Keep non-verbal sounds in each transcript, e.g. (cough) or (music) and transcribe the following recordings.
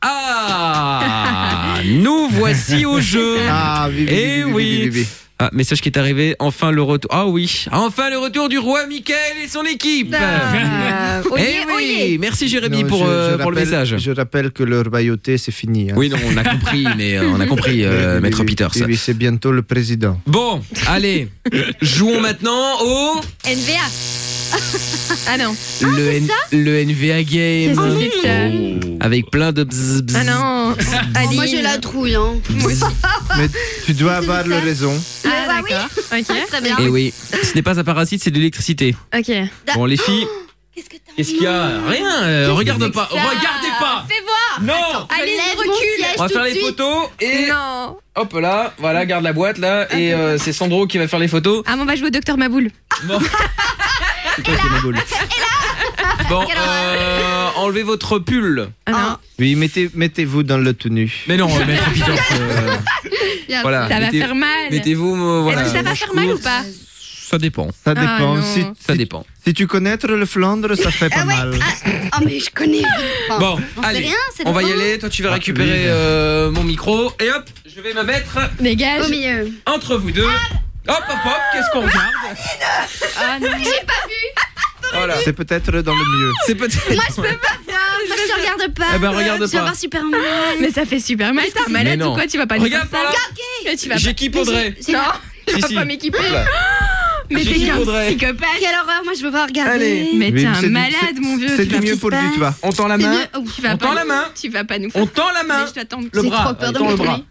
Ah, voici au (laughs) jeu. Ah, bébé, Eh bébé, oui. bébé, bébé. Ah, message qui est arrivé, enfin le retour. Ah oui, Ah, enfin le retour du roi Michael et son équipe. Ah, oyez, eh oui, oyez. merci Jérémy Non, pour, je- euh, je pour le rappelle- message. Je rappelle que leur bailloté, c'est fini. hein. Oui, non, on a compris, mais euh, on a compris, euh, Oui, Maître oui, Peters. oui, oui, c'est bientôt le président. Bon, allez, jouons maintenant au NVA. (laughs) ah non. le, N- le NVA Game Qu'est-ce que c'est que ça avec plein de bzz, bzz. Ah non. Aline. Moi j'ai la trouille. Hein. Mais tu dois avoir le raison. Ah Ah, d'accord. Ok. Très bien. Et Eh oui, ce n'est pas un parasite, c'est de l'électricité. Ok. Bon, les filles, Qu'est-ce que t'as qu'est-ce qu'il y a Rien, euh, regarde pas, Ça, regardez pas Fais voir. Non Je Allez, lève mon recule. siège On va tout faire de les suite. photos et Non. hop là, voilà, garde la boîte là, et euh, c'est Sandro qui va faire les photos. Ah, mais on va jouer au docteur Maboul. Bon. C'est toi qui as ma (laughs) boule. Bon, euh, enlevez votre pull. Ah non. Oui, mettez- mettez-vous dans le tenue. Mais non, euh, (laughs) Maître Peters, euh, Bien. voilà. ça va mettez- faire mal. Est-ce Mettez-vous, euh, voilà. que ça va faire mal ou pas Ça dépend. Ça Ah, dépend. non. si, Ça si- dépend. si tu connais le Flandre, ça fait pas mal. Ah, mais je connais. Enfin, Bon, j'en sais allez, rien, c'est on va y devant. aller. Toi, tu vas Ah, récupérer oui. euh, mon micro et hop, je vais me mettre Dégage. Au milieu. entre vous deux. Hop, hop, hop, qu'est-ce qu'on regarde (laughs) Ah non. Voilà. C'est peut-être dans le mieux. C'est peut-être. Moi je te regarde pas. Eh ben, regarde Je vais pas. voir super mal. Mais ça fait super mal. T'es un malade Mais non. ou quoi Tu vas pas lui Regarde faire par là. ça. Tu vas pas. J'équipe Audrey. J'ai- Non. Si, Je si. vais pas m'équiper. Hop là. Mais J'ai t'es dit qu'un Audrey. psychopathe. Quelle horreur, moi je veux pas regarder. Allez. Mais Oui, t'es c'est un du- malade, mon vieux. C'est tu vas du mieux pas- pour du, tu vois. On tend la C'est main. mieux. Ouf. Tu vas On pas tend nous- la main. Tu vas pas nous faire. On tend la main. Mais Je t'attends. Le J'ai bras. trop peur de Tends le me bras. brûler.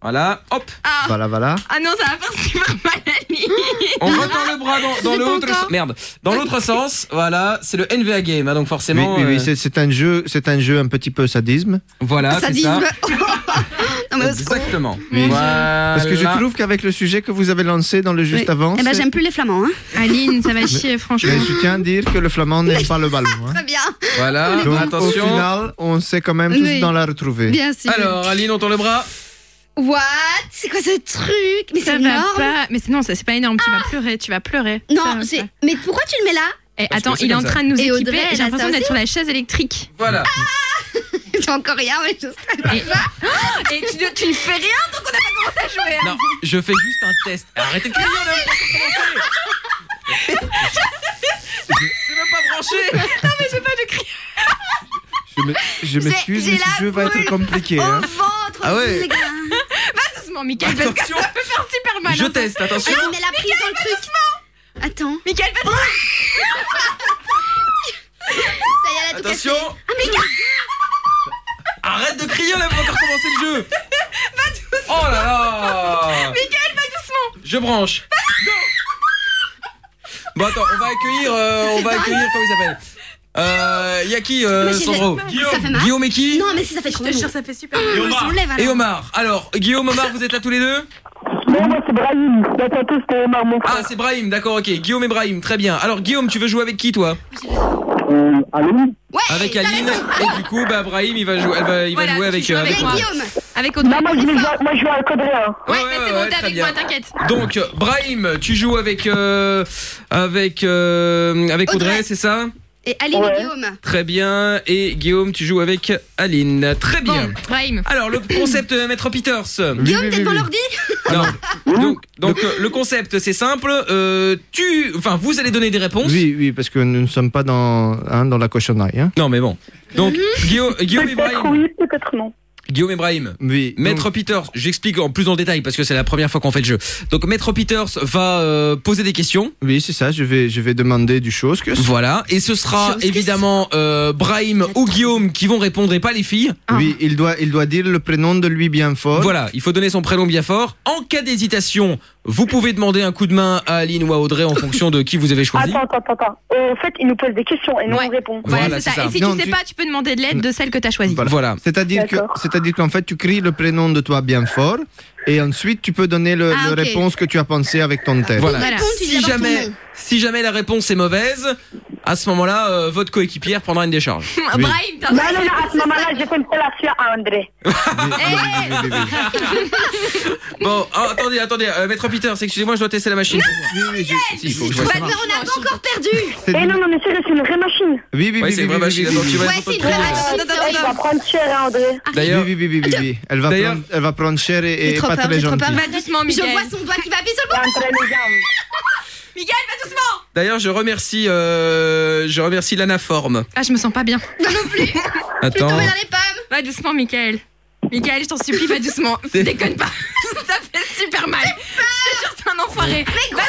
Voilà. Hop. Ah, Voilà, voilà. ah non, ça va faire super mal à lui. On retend le bras dans, dans C'est pas l'autre encore. sens. Merde. Dans l'autre sens. Voilà. C'est le NVA game. hein, donc Oui, forcément. oui, oui, euh, c'est- c'est un jeu, c'est un jeu un petit peu sadisme. voilà. ça Ah, c'est dit. ça. (laughs) non, mais au secours. Exactement. Oui. Voilà. Parce que je trouve qu'avec le sujet que vous avez lancé dans le juste Oui. avant, Eh ben, c'est- j'aime plus les flamands. Hein. Aline, ça va chier, franchement. mais je tiens à dire que le flamand n'aime pas le ballon. (laughs) hein. Très bien. Voilà. Donc au Attention. final, on s'est quand même tous Oui. dans la retrouvée. Bien sûr. Alors, Aline, on tend le bras. What C'est quoi ce truc Mais c'est Ça va énorme. pas. Mais c'est- non, ça c'est pas énorme. Tu vas pleurer, tu vas pleurer. Ça Non, va j'ai- pas. mais pourquoi tu le mets là (laughs) Eh, que attends, c'est il est comme en ça. train de nous Et équiper. Audrey, elle J'ai a ça l'impression d'être aussi sur la chaise électrique. Voilà. Ah. J'ai encore rien, mais je hein. Et, et tu, ne- tu ne fais rien donc on n'a pas commencé à jouer. hein. Non, je fais juste un test. Arrêtez de crier, on a pas commencé. (laughs) C'est même pas branché. Je me- Je m'excuse, j'ai mais la ce jeu va être boule. compliqué. Au hein. ventre Ah ouais. aussi, les gars. Doucement, Michael, parce que Bah, Attention, ça peut faire super mal. je hein. teste. Attention. Attends, mais la prise dans le truc. Attends, Michael, vas-y. ça y est, elle a tout Attention. Ah, (laughs) Arrête de crier, on a encore commencé le (laughs) jeu. Oh là là. Michael, va doucement. Je (laughs) branche. Bon attends, on va accueillir, euh, on va dingue. accueillir comment il s'appelle. Euh, y a qui, euh, Mais j'ai Sandro Bah, la- Ça fait mal. Guillaume et qui Non, mais si ça fait trop Je te mal. jure, ça fait super On mal. s'enlève Et alors. Omar. Alors, Guillaume, Omar, vous êtes là tous les deux Non, moi c'est Brahim. La tante, c'était Omar, mon frère. Ah, c'est Brahim, d'accord, ok. Guillaume et Brahim, très bien. Alors, Guillaume, tu veux jouer avec qui, toi Euh, allô Ouais, Avec Aline. Et du coup, bah, Brahim, il va jouer, elle va, il va Voilà, jouer tu avec, joues euh, avec avec Avec moi. Guillaume. Avec Audrey. Non, moi je, vais jouer, moi je joue à Codré. Hein. Ouais, Ouais, mais ouais, c'est bon, ouais, t'es très avec bien. moi, t'inquiète. Donc, euh, Brahim, tu joues avec, euh, avec, euh, avec Audrey, Audrey. c'est ça Et Aline et Ouais. Guillaume. Très bien. Et Guillaume, tu joues avec Aline. Très bien. Bon, Brahim. Alors, le concept de Maître Peters. Oui, Oh, Guillaume, oui, t'es oui, devant oui. l'ordi Non. Donc, donc, euh, le concept, c'est simple. Euh, tu, enfin, vous allez donner des réponses. Oui, oui, parce que nous ne sommes pas dans, hein, dans la cochonnerie. hein. Non, mais bon. Donc, Guillaume, Guillaume et Peut-être Brahim. oui, peut-être non. Guillaume et Brahim. Oui. Maître Peters, j'explique en plus en détail parce que c'est la première fois qu'on fait le jeu. Donc Maître Peters va euh, poser des questions, Oui, c'est ça, je vais, je vais demander du chose que voilà, et ce sera Chose que évidemment euh, Brahim ou Guillaume qui vont répondre et pas les filles. Ah. Oui, il doit, il doit dire le prénom de lui bien fort. Voilà, il faut donner son prénom bien fort. En cas d'hésitation, vous pouvez demander un coup de main à Aline ou à Audrey en fonction de qui vous avez choisi. Attends, attends, attends. Au fait, il nous pose des questions et nous Ouais. on répond. Voilà, Voilà, c'est c'est ça. ça. Et si Non, tu sais tu- pas, tu peux demander de l'aide de celle que t'as choisie. (laughs) Voilà. Voilà. C'est-à-dire que, D'accord. c'est-à-dire qu'en fait, tu cries le prénom de toi bien fort, et ensuite tu peux donner le, Ah, le ok. réponse que tu as pensé avec ton tête. Voilà. Voilà. Réponds, tu dis Si d'abord ton jamais, nom. Si jamais la réponse est mauvaise, à ce moment-là, euh, votre coéquipière prendra une (laughs) décharge. Oui. Brahim, t'as Non, non, non, à ce moment-là, j'ai fait une collation à André. Bon, ah, attendez, attendez, euh, Maître Peter, c'est excusez-moi, je dois tester la machine. Eh, Si, il faut que je vois Bah ça non, marche. on n'a pas encore perdu. C'est Eh non, non, mais sérieux, c'est une vraie machine. Oui, oui, Ouais, oui, c'est oui, une vraie oui, machine, oui, Euh, attends, tu vas Ouais, être c'est une content. vraie Euh, machine. non, non, eh, je vais non. prendre cher, hein, André. Ah. D'ailleurs, Oui, oui, oui, oui, oui, oui. Elle va D'ailleurs- prendre, elle va prendre cher et, et J'ai trop pas peur, très j'ai trop gentille. peur. Va doucement, Je Miguel. vois son doigt qui va appuyer sur le Et bouton. Entre les jambes. Miguel, va doucement d'ailleurs, je remercie, euh, je remercie l'anaforme. Ah, je me sens pas bien. Je vais Attends. tomber dans les pommes. Va doucement, Michael. Michael, je t'en supplie, va doucement. C'est- Déconne pas. (laughs) Ça fait super mal. Je te jure, t'es un enfoiré. Mais Bah,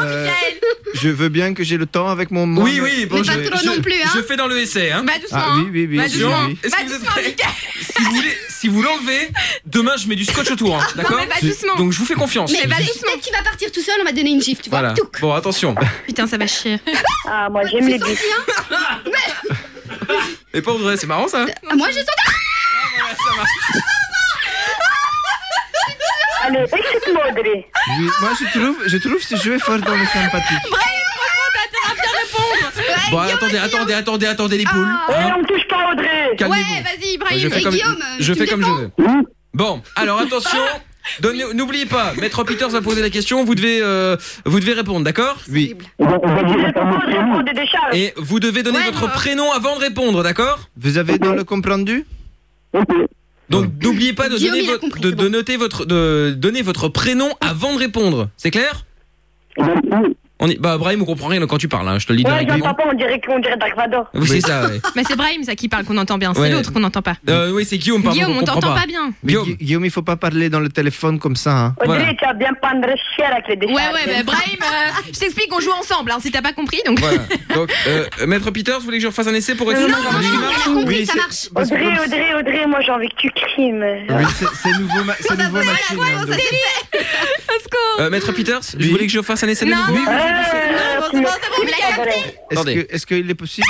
Euh, Michael, je veux bien que j'ai le temps avec mon Oui, oui, bon, Mais je, pas trop je- non plus, hein. je fais dans le essai, hein. va doucement. Ah oui, oui, oui. Bah, oui, dis donc. oui. Est-ce Va que vous êtes doucement, prêts Michael. Si vous voulez, si vous l'enlevez, demain je mets du scotch autour, Ah, hein, d'accord mais va doucement. Donc je vous fais confiance. Mais va peut- doucement. peut-être qu'il va partir tout seul, on va donner une gifle, tu vois. Voilà. Touc. Bon, attention. Putain, ça va chier. Ah, moi, j'aime les C'est bus. senti, hein Et pas Audrey, c'est marrant ça hein. Ah, Moi, j'ai senti. Allez, Eh, excite-moi, Audrey. Oui, Moi, je trouve, je trouve ce jeu fort dans le sympathique. Bon, attendez, attendez, attendez, attendez les poules. Eh, hein. on me touche pas, Audrey. Calmez-vous. Ouais, Ah. vas-y, Ibrahim. Je fais Et comme- Guillaume, je tu fais me comme je défends veux. Bon, alors attention. Donne- N'oubliez pas, Maître Peters va poser la question. Vous devez, euh, vous devez répondre, d'accord Oui, Je ne peux pas, Audrey, pour des décharges. Et vous devez donner Ouais, votre moi. prénom avant de répondre, d'accord vous avez dans le comprendu Donc n'oubliez pas de, Guillaume, donner il a votre, compris, de, c'est de bon. noter votre, de donner votre prénom avant de répondre. C'est clair On est, bah Brahim, on comprend rien quand tu parles. hein, je te le dis Ouais, directement. j'entends pas, on dirait qu'on dirait Dark Vador. Oui, c'est ça. ouais. Mais c'est Brahim, ça qui parle qu'on entend bien. C'est Ouais. l'autre qu'on n'entend pas. Euh, oui, c'est Guillaume. Pardon, Guillaume, on comprend t'entend pas bien. Mais Guillaume. Gui- Guillaume, il faut pas parler dans le téléphone comme ça. hein. Audrey, Voilà. tu vas bien prendre cher avec les Ouais, décharges. ouais, bah, Brahim, euh, je t'explique, on joue ensemble, hein, si t'as pas compris. Donc, Voilà. Donc, euh, Maître Peters, vous voulez que je refasse un essai pour être sûr Euh, Non, d'avoir Non, des non, images elle a compris, Oui, ça Bah, c'est- marche. parce que Audrey, comme- Audrey, Audrey, moi j'ai envie que tu cries, mais. Oui, c'est- c'est nouveau, ma- c'est nouveau machine. hein, donc- Euh, Maître Peters, je Oui. voulais que je refasse un essai de Non. nouveau. Oui, oui, Euh, Non, c'est (laughs) bon, c'est bon, tu me- Miguel. Audrey. Est-ce Attendez. que- est-ce qu'il est possible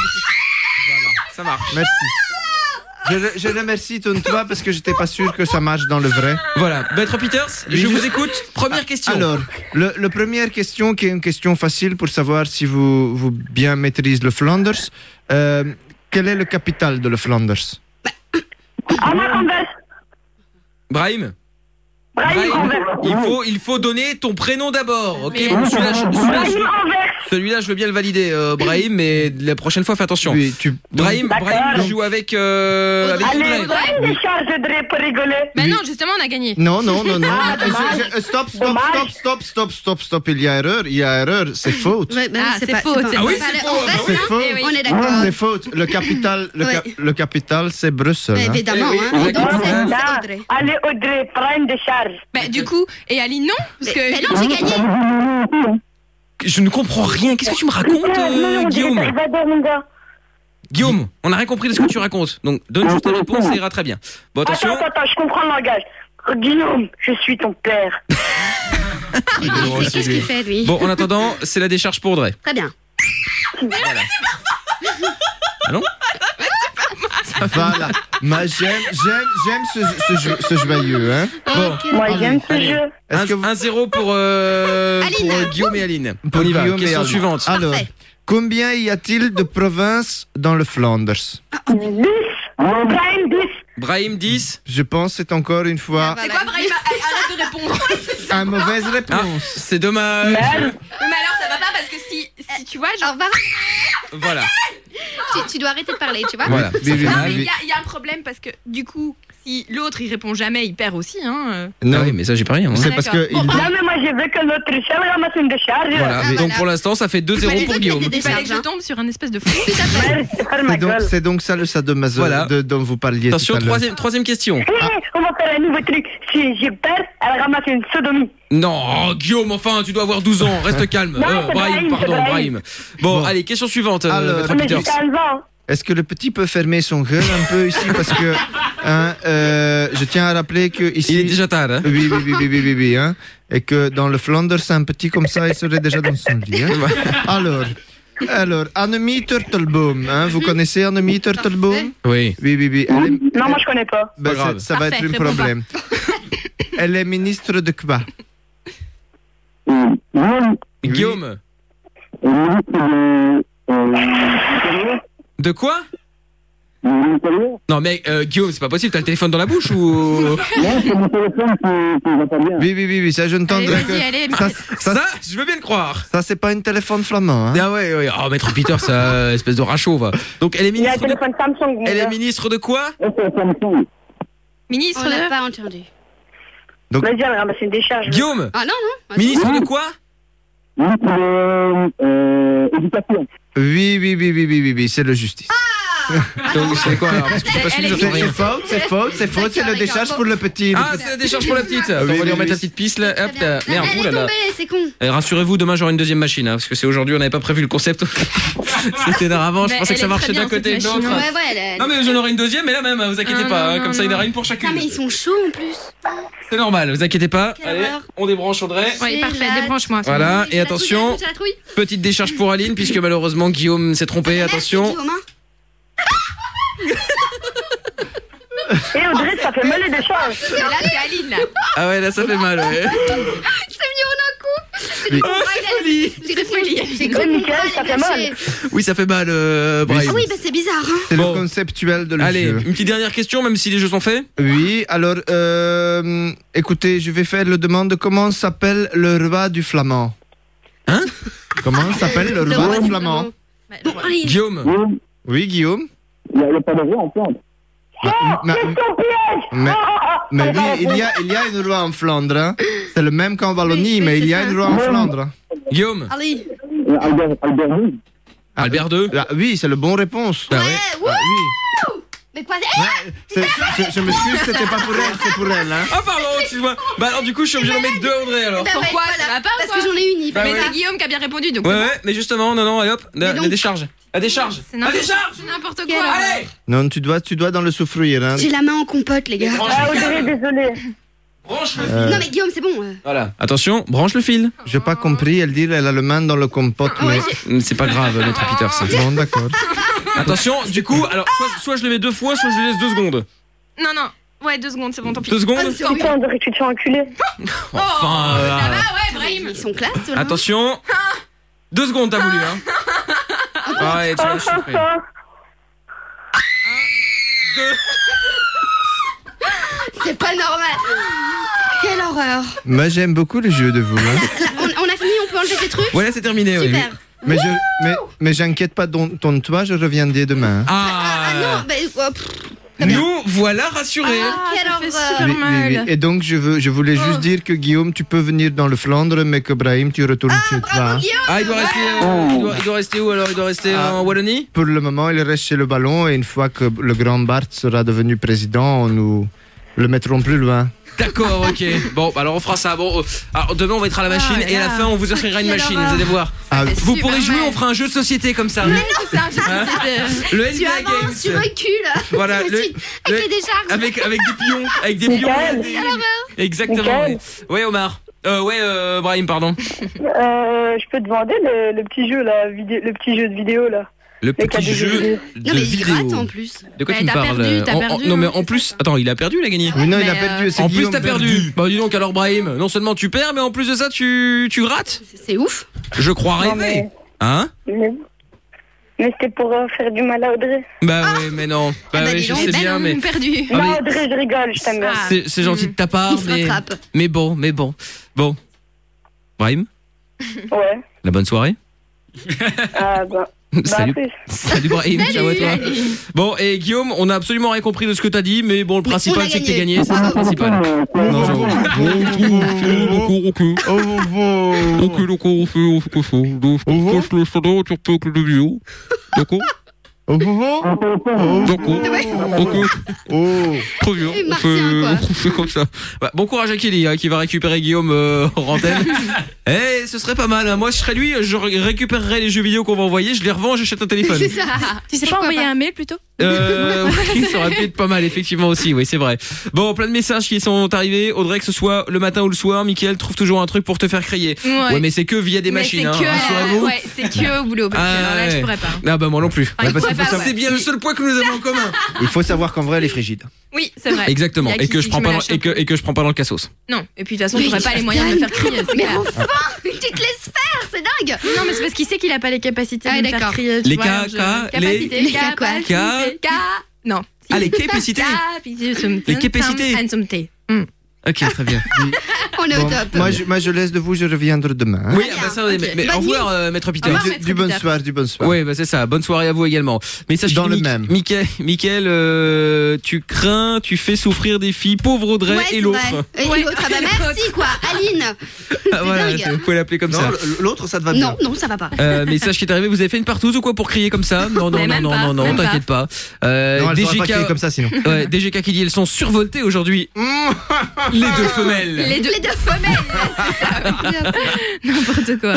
Ça marche. Merci. Je, re- je remercie ton toi parce que j'étais pas sûr que ça marche dans le vrai. Voilà. Maître Peters, je Oui, je- vous écoute. Première question. Alors, le, le première question qui est une question facile pour savoir si vous, vous bien maîtrisez le Flanders. Euh, quel est le capital de le Flanders Ah, moi, Converse. Brahim, Brahim Brahim, Converse. il faut, il faut donner ton prénom d'abord, ok Mais- Ah, Bon, Celui-là, je, celui-là, Brahim je- Converse. celui-là, je veux bien le valider, euh, Brahim, mais la prochaine fois, fais attention. Oui, tu. Brahim, D'accord. Brahim joue avec, euh, avec Allez, Audrey. Audrey, décharge, Audrey, pour rigoler. bah Oui. non, justement, on a gagné. Non, non, non, non. Ah, Je- je- dommage. euh, stop, stop, Dommage. stop, stop, stop, stop, stop. Il y a erreur, il y a erreur. C'est faute. Ouais, bah, Ah, c'est pas- faux, pas- c'est- Ah oui, on c'est parle- faux, On bah reste oui. Hein là, C'est faux. Eh et on est C'est d'accord. faute. Le capital, le, cap- Ouais. le capital, c'est Bruxelles. hein. Évidemment, Eh oui, hein. Donc, d'accord. c'est- c'est Là, Audrey. Allez, Audrey, prends une décharge. Bah, du coup, et Aline, non Parce Mais- mais non, que. j'ai gagné. Je ne comprends rien. Qu'est-ce que tu me racontes, Non, euh, non, on dirait Guillaume Dark Vador, mon gars. Guillaume, on n'a rien compris de ce que tu racontes. Donc, donne juste la réponse, ça ira très bien. Bon, Attends, attention. attends, attends, je comprends le langage. Guillaume, je suis ton père. Il est drôle, sait Qu'est-ce celui-là. qu'il fait, lui Bon, en attendant, c'est la décharge pour Audrey. Très bien. Voilà. Ma- J'aime, j'aime, j'aime ce, ce, jeu- ce joyeux. Hein. Bon, Ok. Moi, Allez, j'aime ce allez. jeu. Est-ce que vous- 1-0 pour, euh, Aline. pour euh, Guillaume et Aline. Pour on y va. Guillaume et Question Aline. suivante. Alors, Parfait. combien y a-t-il de provinces dans le Flanders 10, Brian 10. Brahim 10. Je pense que c'est encore une fois C'est quoi, Brahim Bah, Arrête de répondre. (laughs) une mauvaise Ah, réponse. c'est dommage. Mais alors, ça va pas parce que si, si tu vois, genre. Alors, va, Voilà. tu, tu dois arrêter de parler, tu vois. Ah, Voilà. Oui, oui, Non, mais oui, il oui. y, Ah a- il y a un problème parce que du coup, si l'autre il répond jamais, il perd aussi. Hein. euh. Non, Non, Ah oui, mais ça, j'ai pas rien. hein. moi. c'est parce que. D'accord. il- Non, mais moi, je veux que notre chien ramasse une décharge. Voilà. Ah, Donc, voilà. pour l'instant, ça fait 2-0 les pour autres Guillaume. mettent des Il fallait que je charges, hein. tombe sur un espèce de fou. Merde, ferme ma C'est donc, gueule. c'est donc ça le sadomaso Voilà. de- dont vous parliez Attention, tout à l'heure. troisième, troisième question. Hé, Ah. hé, on va faire un nouveau truc. Si j'ai peur, elle ramasse une sodomie. Non, oh, Guillaume, enfin, tu dois avoir 12 ans. Reste calme. Non, Euh, c'est Brahim, Brahim, pardon, c'est Brahim. Bon, Bon. allez, question suivante, euh, Alors, Maître Ah, Mais Peters. j'ai 15 ans. Est-ce que le petit peut fermer son gueule un peu ici Parce que hein, euh, je tiens à rappeler que ici. Il est déjà tard, hein Oui, oui, oui, oui, oui, oui, oui, hein. Et que dans le Flanders, un petit comme ça, il serait déjà dans son lit. hein. Alors, alors Annemie Turtleboom, hein, vous connaissez Annemie Turtleboom Oui. Oui, oui, oui. elle est- Non, moi, je connais pas. ben, Pas grave. ça, ça va Parfait, être un réponds pas. problème. elle est ministre de quoi Guillaume, Le ministre de euh, l'Intérieur De quoi Le ministre de l'Intérieur Non, mais euh, Guillaume, c'est pas possible, t'as le téléphone dans la bouche ou. Non, c'est mon (laughs) téléphone qui qui va pas bien. Oui, oui, oui, oui, ça je ne Allez, t'entends vas-y, que. allez, Ça, Ça, ça, je veux bien le croire. ça, c'est pas un téléphone flamand. Hein. Ah ouais, ouais. Oh, maître Peter, ça, euh, espèce de rachot, va. Donc, elle est Il y a un ministre de... téléphone Samsung. mon Elle est gars. ministre de quoi Et c'est Samsung. ministre On l'a de... pas entendu. Vas-y, on va ramasser une décharge. Guillaume Ah non, non. vas-y. Ministre de quoi Ministre de euh, l'éducation. Oui, oui, oui, oui, oui, oui, oui, c'est le justice. Donc, c'est quoi alors Parce que je suis pas sûr Elle que Ah, j'entends C'est est c'est rien. faute, c'est faute, c'est faute, c'est le D'accord, décharge d'accord. pour le petit. le Ah, petit- c'est la décharge pour la petite. Attends, on Oui, va lui oui, remettre oui. la petite piste là. Hop, là. Elle Merde, est oulala. tombée, c'est con. Eh, Rassurez-vous, demain j'aurai une deuxième machine, hein, parce que c'est aujourd'hui, on n'avait pas prévu le concept. (laughs) C'était d'un avant, je Mais pensais que elle ça est marchait très d'un bien, cette côté et de machine, l'autre. hein. Ouais, ouais, elle est- Ah. Non mais j'en aurai une deuxième, mais là même, vous inquiétez Ah, pas, hein, non, comme ça non, il y en aura non. une pour chacune. Putain, mais ils sont chauds en plus. C'est normal, vous inquiétez pas. Quelle Allez, horreur. on débranche Audrey. Oui, C'est parfait, la- débranche-moi. c'est Voilà. bon. Ah, et J'ai la attention. trouille, j'ai la trouille. Petite décharge pour Aline, puisque malheureusement Guillaume s'est trompé, attention. Merci, Guillaume, hein. Et Audrey, ça fait mal les décharges. Mais Là, c'est Aline, (laughs) là. Ah ouais, là ça fait mal, (laughs) ouais. Oui. Ah, c'est folie J'ai folie. J'ai cru Oui, qu'on Mickaël, parlait ça de fait mal. lâcher. Oui, ça fait mal, euh, Brahim. Ah oui, bah c'est bizarre. hein. C'est Bon. le conceptuel de le Allez, jeu. une petite dernière question, même si les jeux sont faits. Oui, alors, euh, écoutez, je vais faire le demande de comment s'appelle le roi du flamand. Hein Comment s'appelle le Le roi roi du du flamand Bon, allez. Guillaume, Oui, Oui, Guillaume il n'y a, il y a pas de roi en Flandre. Ma- ma- Ton piège mais, Ah, ah, mais oui, il y a, il y a une roi en Flandre. hein. C'est le même qu'en Wallonie, Oui, oui, mais il y c'est a ça. une roi en Flandre. Guillaume, Allez. hein Euh, Albert, Albert Rouge. Albert II. Ah, oui, c'est la bonne réponse. Bah ouais. Eh, Ah, ouais. oui. Mais quoi Ouais, c'est- c'est- je m'excuse, c'était pas pour elle, c'est pour elle. hein. Ah pardon, excuse-moi. Bah alors du coup, je suis obligé d'en mettre deux Audrey alors. Bah ouais, Pourquoi voilà. Ça va pas ou Parce quoi que j'en ai une, il Bah fait Mais ouais. ça. c'est Guillaume qui a bien répondu, donc Ouais, c'est bon. ouais, mais justement, non, non, allez hop, la, Mais donc- la décharge. La décharge La C'est n'importe- décharge C'est n'importe Quelle quoi. horreur. Allez Non, tu dois, tu dois dans le souffrir. hein. J'ai la main en compote, les gars. Ah, Audrey, désolé. Branche le Euh, Non, mais Guillaume, c'est bon. euh. Voilà, attention, branche le fil. J'ai pas compris, elle dit elle a le main dans le compote. Ah, Mais... Mm, C'est pas grave, maître Peter, ça. Bon, d'accord. Attention, du coup, alors soit, soit je le mets deux fois, soit je le laisse deux secondes. Non, non. Ouais, deux secondes, c'est bon, tant pis. Deux secondes Ah, c'est horrible. Putain, Audrey, tu te fais enculer. Oh, Enfin, euh, ça va, ah ouais, Brahim. Ils sont classe, ceux-là. Attention Deux secondes, t'as voulu, hein Ah Ouais, tu vas chauffer. Ah, C'est pas normal. Quelle horreur. Moi, j'aime beaucoup les jeux de vous. hein. Là, on, on a fini, on peut enlever ces trucs Voilà, c'est terminé, oui. Super. Mais je, mais, mais j'inquiète pas, ton, ton toit, je reviendrai demain. Ah, ah, Ah non, bah, euh, pff, Nous voilà rassurés Ah, quelle ça fait horreur. super mal. Et donc, je, veux, je voulais juste dire que Guillaume, tu peux venir dans le Flandre, mais que Brahim, tu retournes chez toi. bravo Guillaume. Ah, il doit rester, euh, il, doit, il doit rester où alors Il doit rester Ah. en Wallonie Pour le moment, il reste chez le ballon, et une fois que le grand Bart sera devenu président, nous le mettrons plus loin. D'accord, ok. Bon, bah alors on fera ça. Bon, euh, alors demain on mettra la machine Ah, et à la là. fin on vous offrira une Quelle machine, horreur. vous allez voir. Ah, C'est Vous super pourrez jouer, mal. on fera un jeu de société comme ça. C'est un jeu Hein de société. Le NBA Tu avances, hein, tu Games. recules. (laughs) Ah, Voilà, Tu le- recules. le- Avec les décharges. Avec, avec des pions, avec des pions. Michael. des- Exactement. Michael. Ouais. Ouais, Omar. Euh, ouais, euh, Brahim, pardon. Euh, je peux te demander le, le petit jeu là, vidé- le petit jeu de vidéo là. Le Les cas petit de jeu vidéo. de Non, mais il gratte en vidéo. plus. De quoi Mais tu me t'as parles euh, perdu, t'as En- en- perdu, Non, mais hein, en plus, attends, il a perdu, il a gagné. Mais non, il a Mais, perdu. euh, c'est En plus, Guillaume t'as perdu. Bah, dis donc, alors, Brahim, non seulement tu perds, mais en plus de ça, tu, tu rates. C'est ouf. Je crois Non, rêver. Hein Mais, mais c'était pour euh, faire du mal à Audrey. Bah, ouais, mais non. Bah, bah, ouais, dis je donc, sais bah bien, non, mais. perdu. Ah, non, mais- Audrey, je rigole, je t'aime. Ah. C'est c'est gentil de ta part, Il se mais. rattrape. Mais bon, mais bon. Bon. Brahim, Ouais. la bonne soirée. Ah, bah, bah, à Salut. plus. Salut Brahim, ciao à toi. (laughs) Bon, et Guillaume, on a absolument rien compris de ce que t'as dit, mais bon, le principal a c'est que t'es gagné. gagné, c'est ça le principal. Euh, Non, Albert non, Rouge. non. Oh, oh, oh. oh, oh. Oh, oh, oh. Oh. Et Martien, quoi. Bah, bon courage à Kelly hein, qui va récupérer Guillaume euh, hors (laughs) antenne. Eh, ce serait pas mal. hein. Moi, je serais lui, je ré- récupérerais les jeux vidéo qu'on va envoyer, je les revends, j'achète un téléphone. C'est ça. Tu sais Je pas crois envoyer pas. un mail plutôt (laughs) Euh, oui, ça aurait pu être pas mal, effectivement aussi, oui, c'est vrai. Bon, plein de messages qui sont arrivés. Audrey, que ce soit le matin ou le soir, Mickaël trouve toujours un truc pour te faire crier. Ouais, mais c'est que via des Mais machines, hein, c'est que, rassurez-vous. ouais, c'est que au boulot. Parce que Ah, alors là, ouais. je pourrais pas. hein. Ah bah moi non plus. Ah, il parce pourrait qu'il faut pas, savoir- ouais. C'est bien le seul point que nous avons en commun. Il faut savoir qu'en vrai, elle est frigide. Oui, c'est vrai. Exactement. Il y a Et qui que s'y je prends met pas la dans- et que et que je prends pas dans le cassos. Non. Et puis de toute façon, Mais j'aurais il pas se les moyens de me faire calme. crier. c'est (laughs) Mais clair. enfin, tu te laisses faire. c'est dingue Non, mais c'est parce qu'il sait qu'il a pas les capacités Ah, de me faire d'accord. crier. tu Les vois, cas, alors je- cas, Capacité, les- capacité, Cas. cas- Non. Ah, les capacités. Les capacités. Ok, très bien. On est Bon, au top. moi, je, moi, je laisse de vous, je reviendrai demain. hein. Oui, Très ah, bien, bah ça, on est- ok. mais, mais Bonne au revoir, nuit. euh, Maître Peter. Au revoir, Du, Maître du Peter. bonsoir, du bonsoir. Oui, bah c'est ça. Bonne soirée à vous également. Message Dans le clinique. même. Mickaël, Mickaël, euh, tu crains, tu fais souffrir des filles, pauvre Audrey Ouais, et c'est vrai. l'autre. Ah, Et Ouais. l'autre, (laughs) ah bah merci quoi, Aline. C'est voilà, dingue. vous pouvez l'appeler comme ça. Non, l'autre, ça te va Non, non, ça va pas. (laughs) Euh, message qui est arrivé, vous avez fait une partouze ou quoi pour crier comme ça Non, non, Mais non, même non, pas, non, non, même t'inquiète pas. Euh, Non, elle saura pas DGK, qu'il est comme ça sinon. ouais, DGK qui dit, elles sont survoltées aujourd'hui. Les deux femelles. (laughs) Les deux. Les deux femelles. c'est ça. N'importe quoi.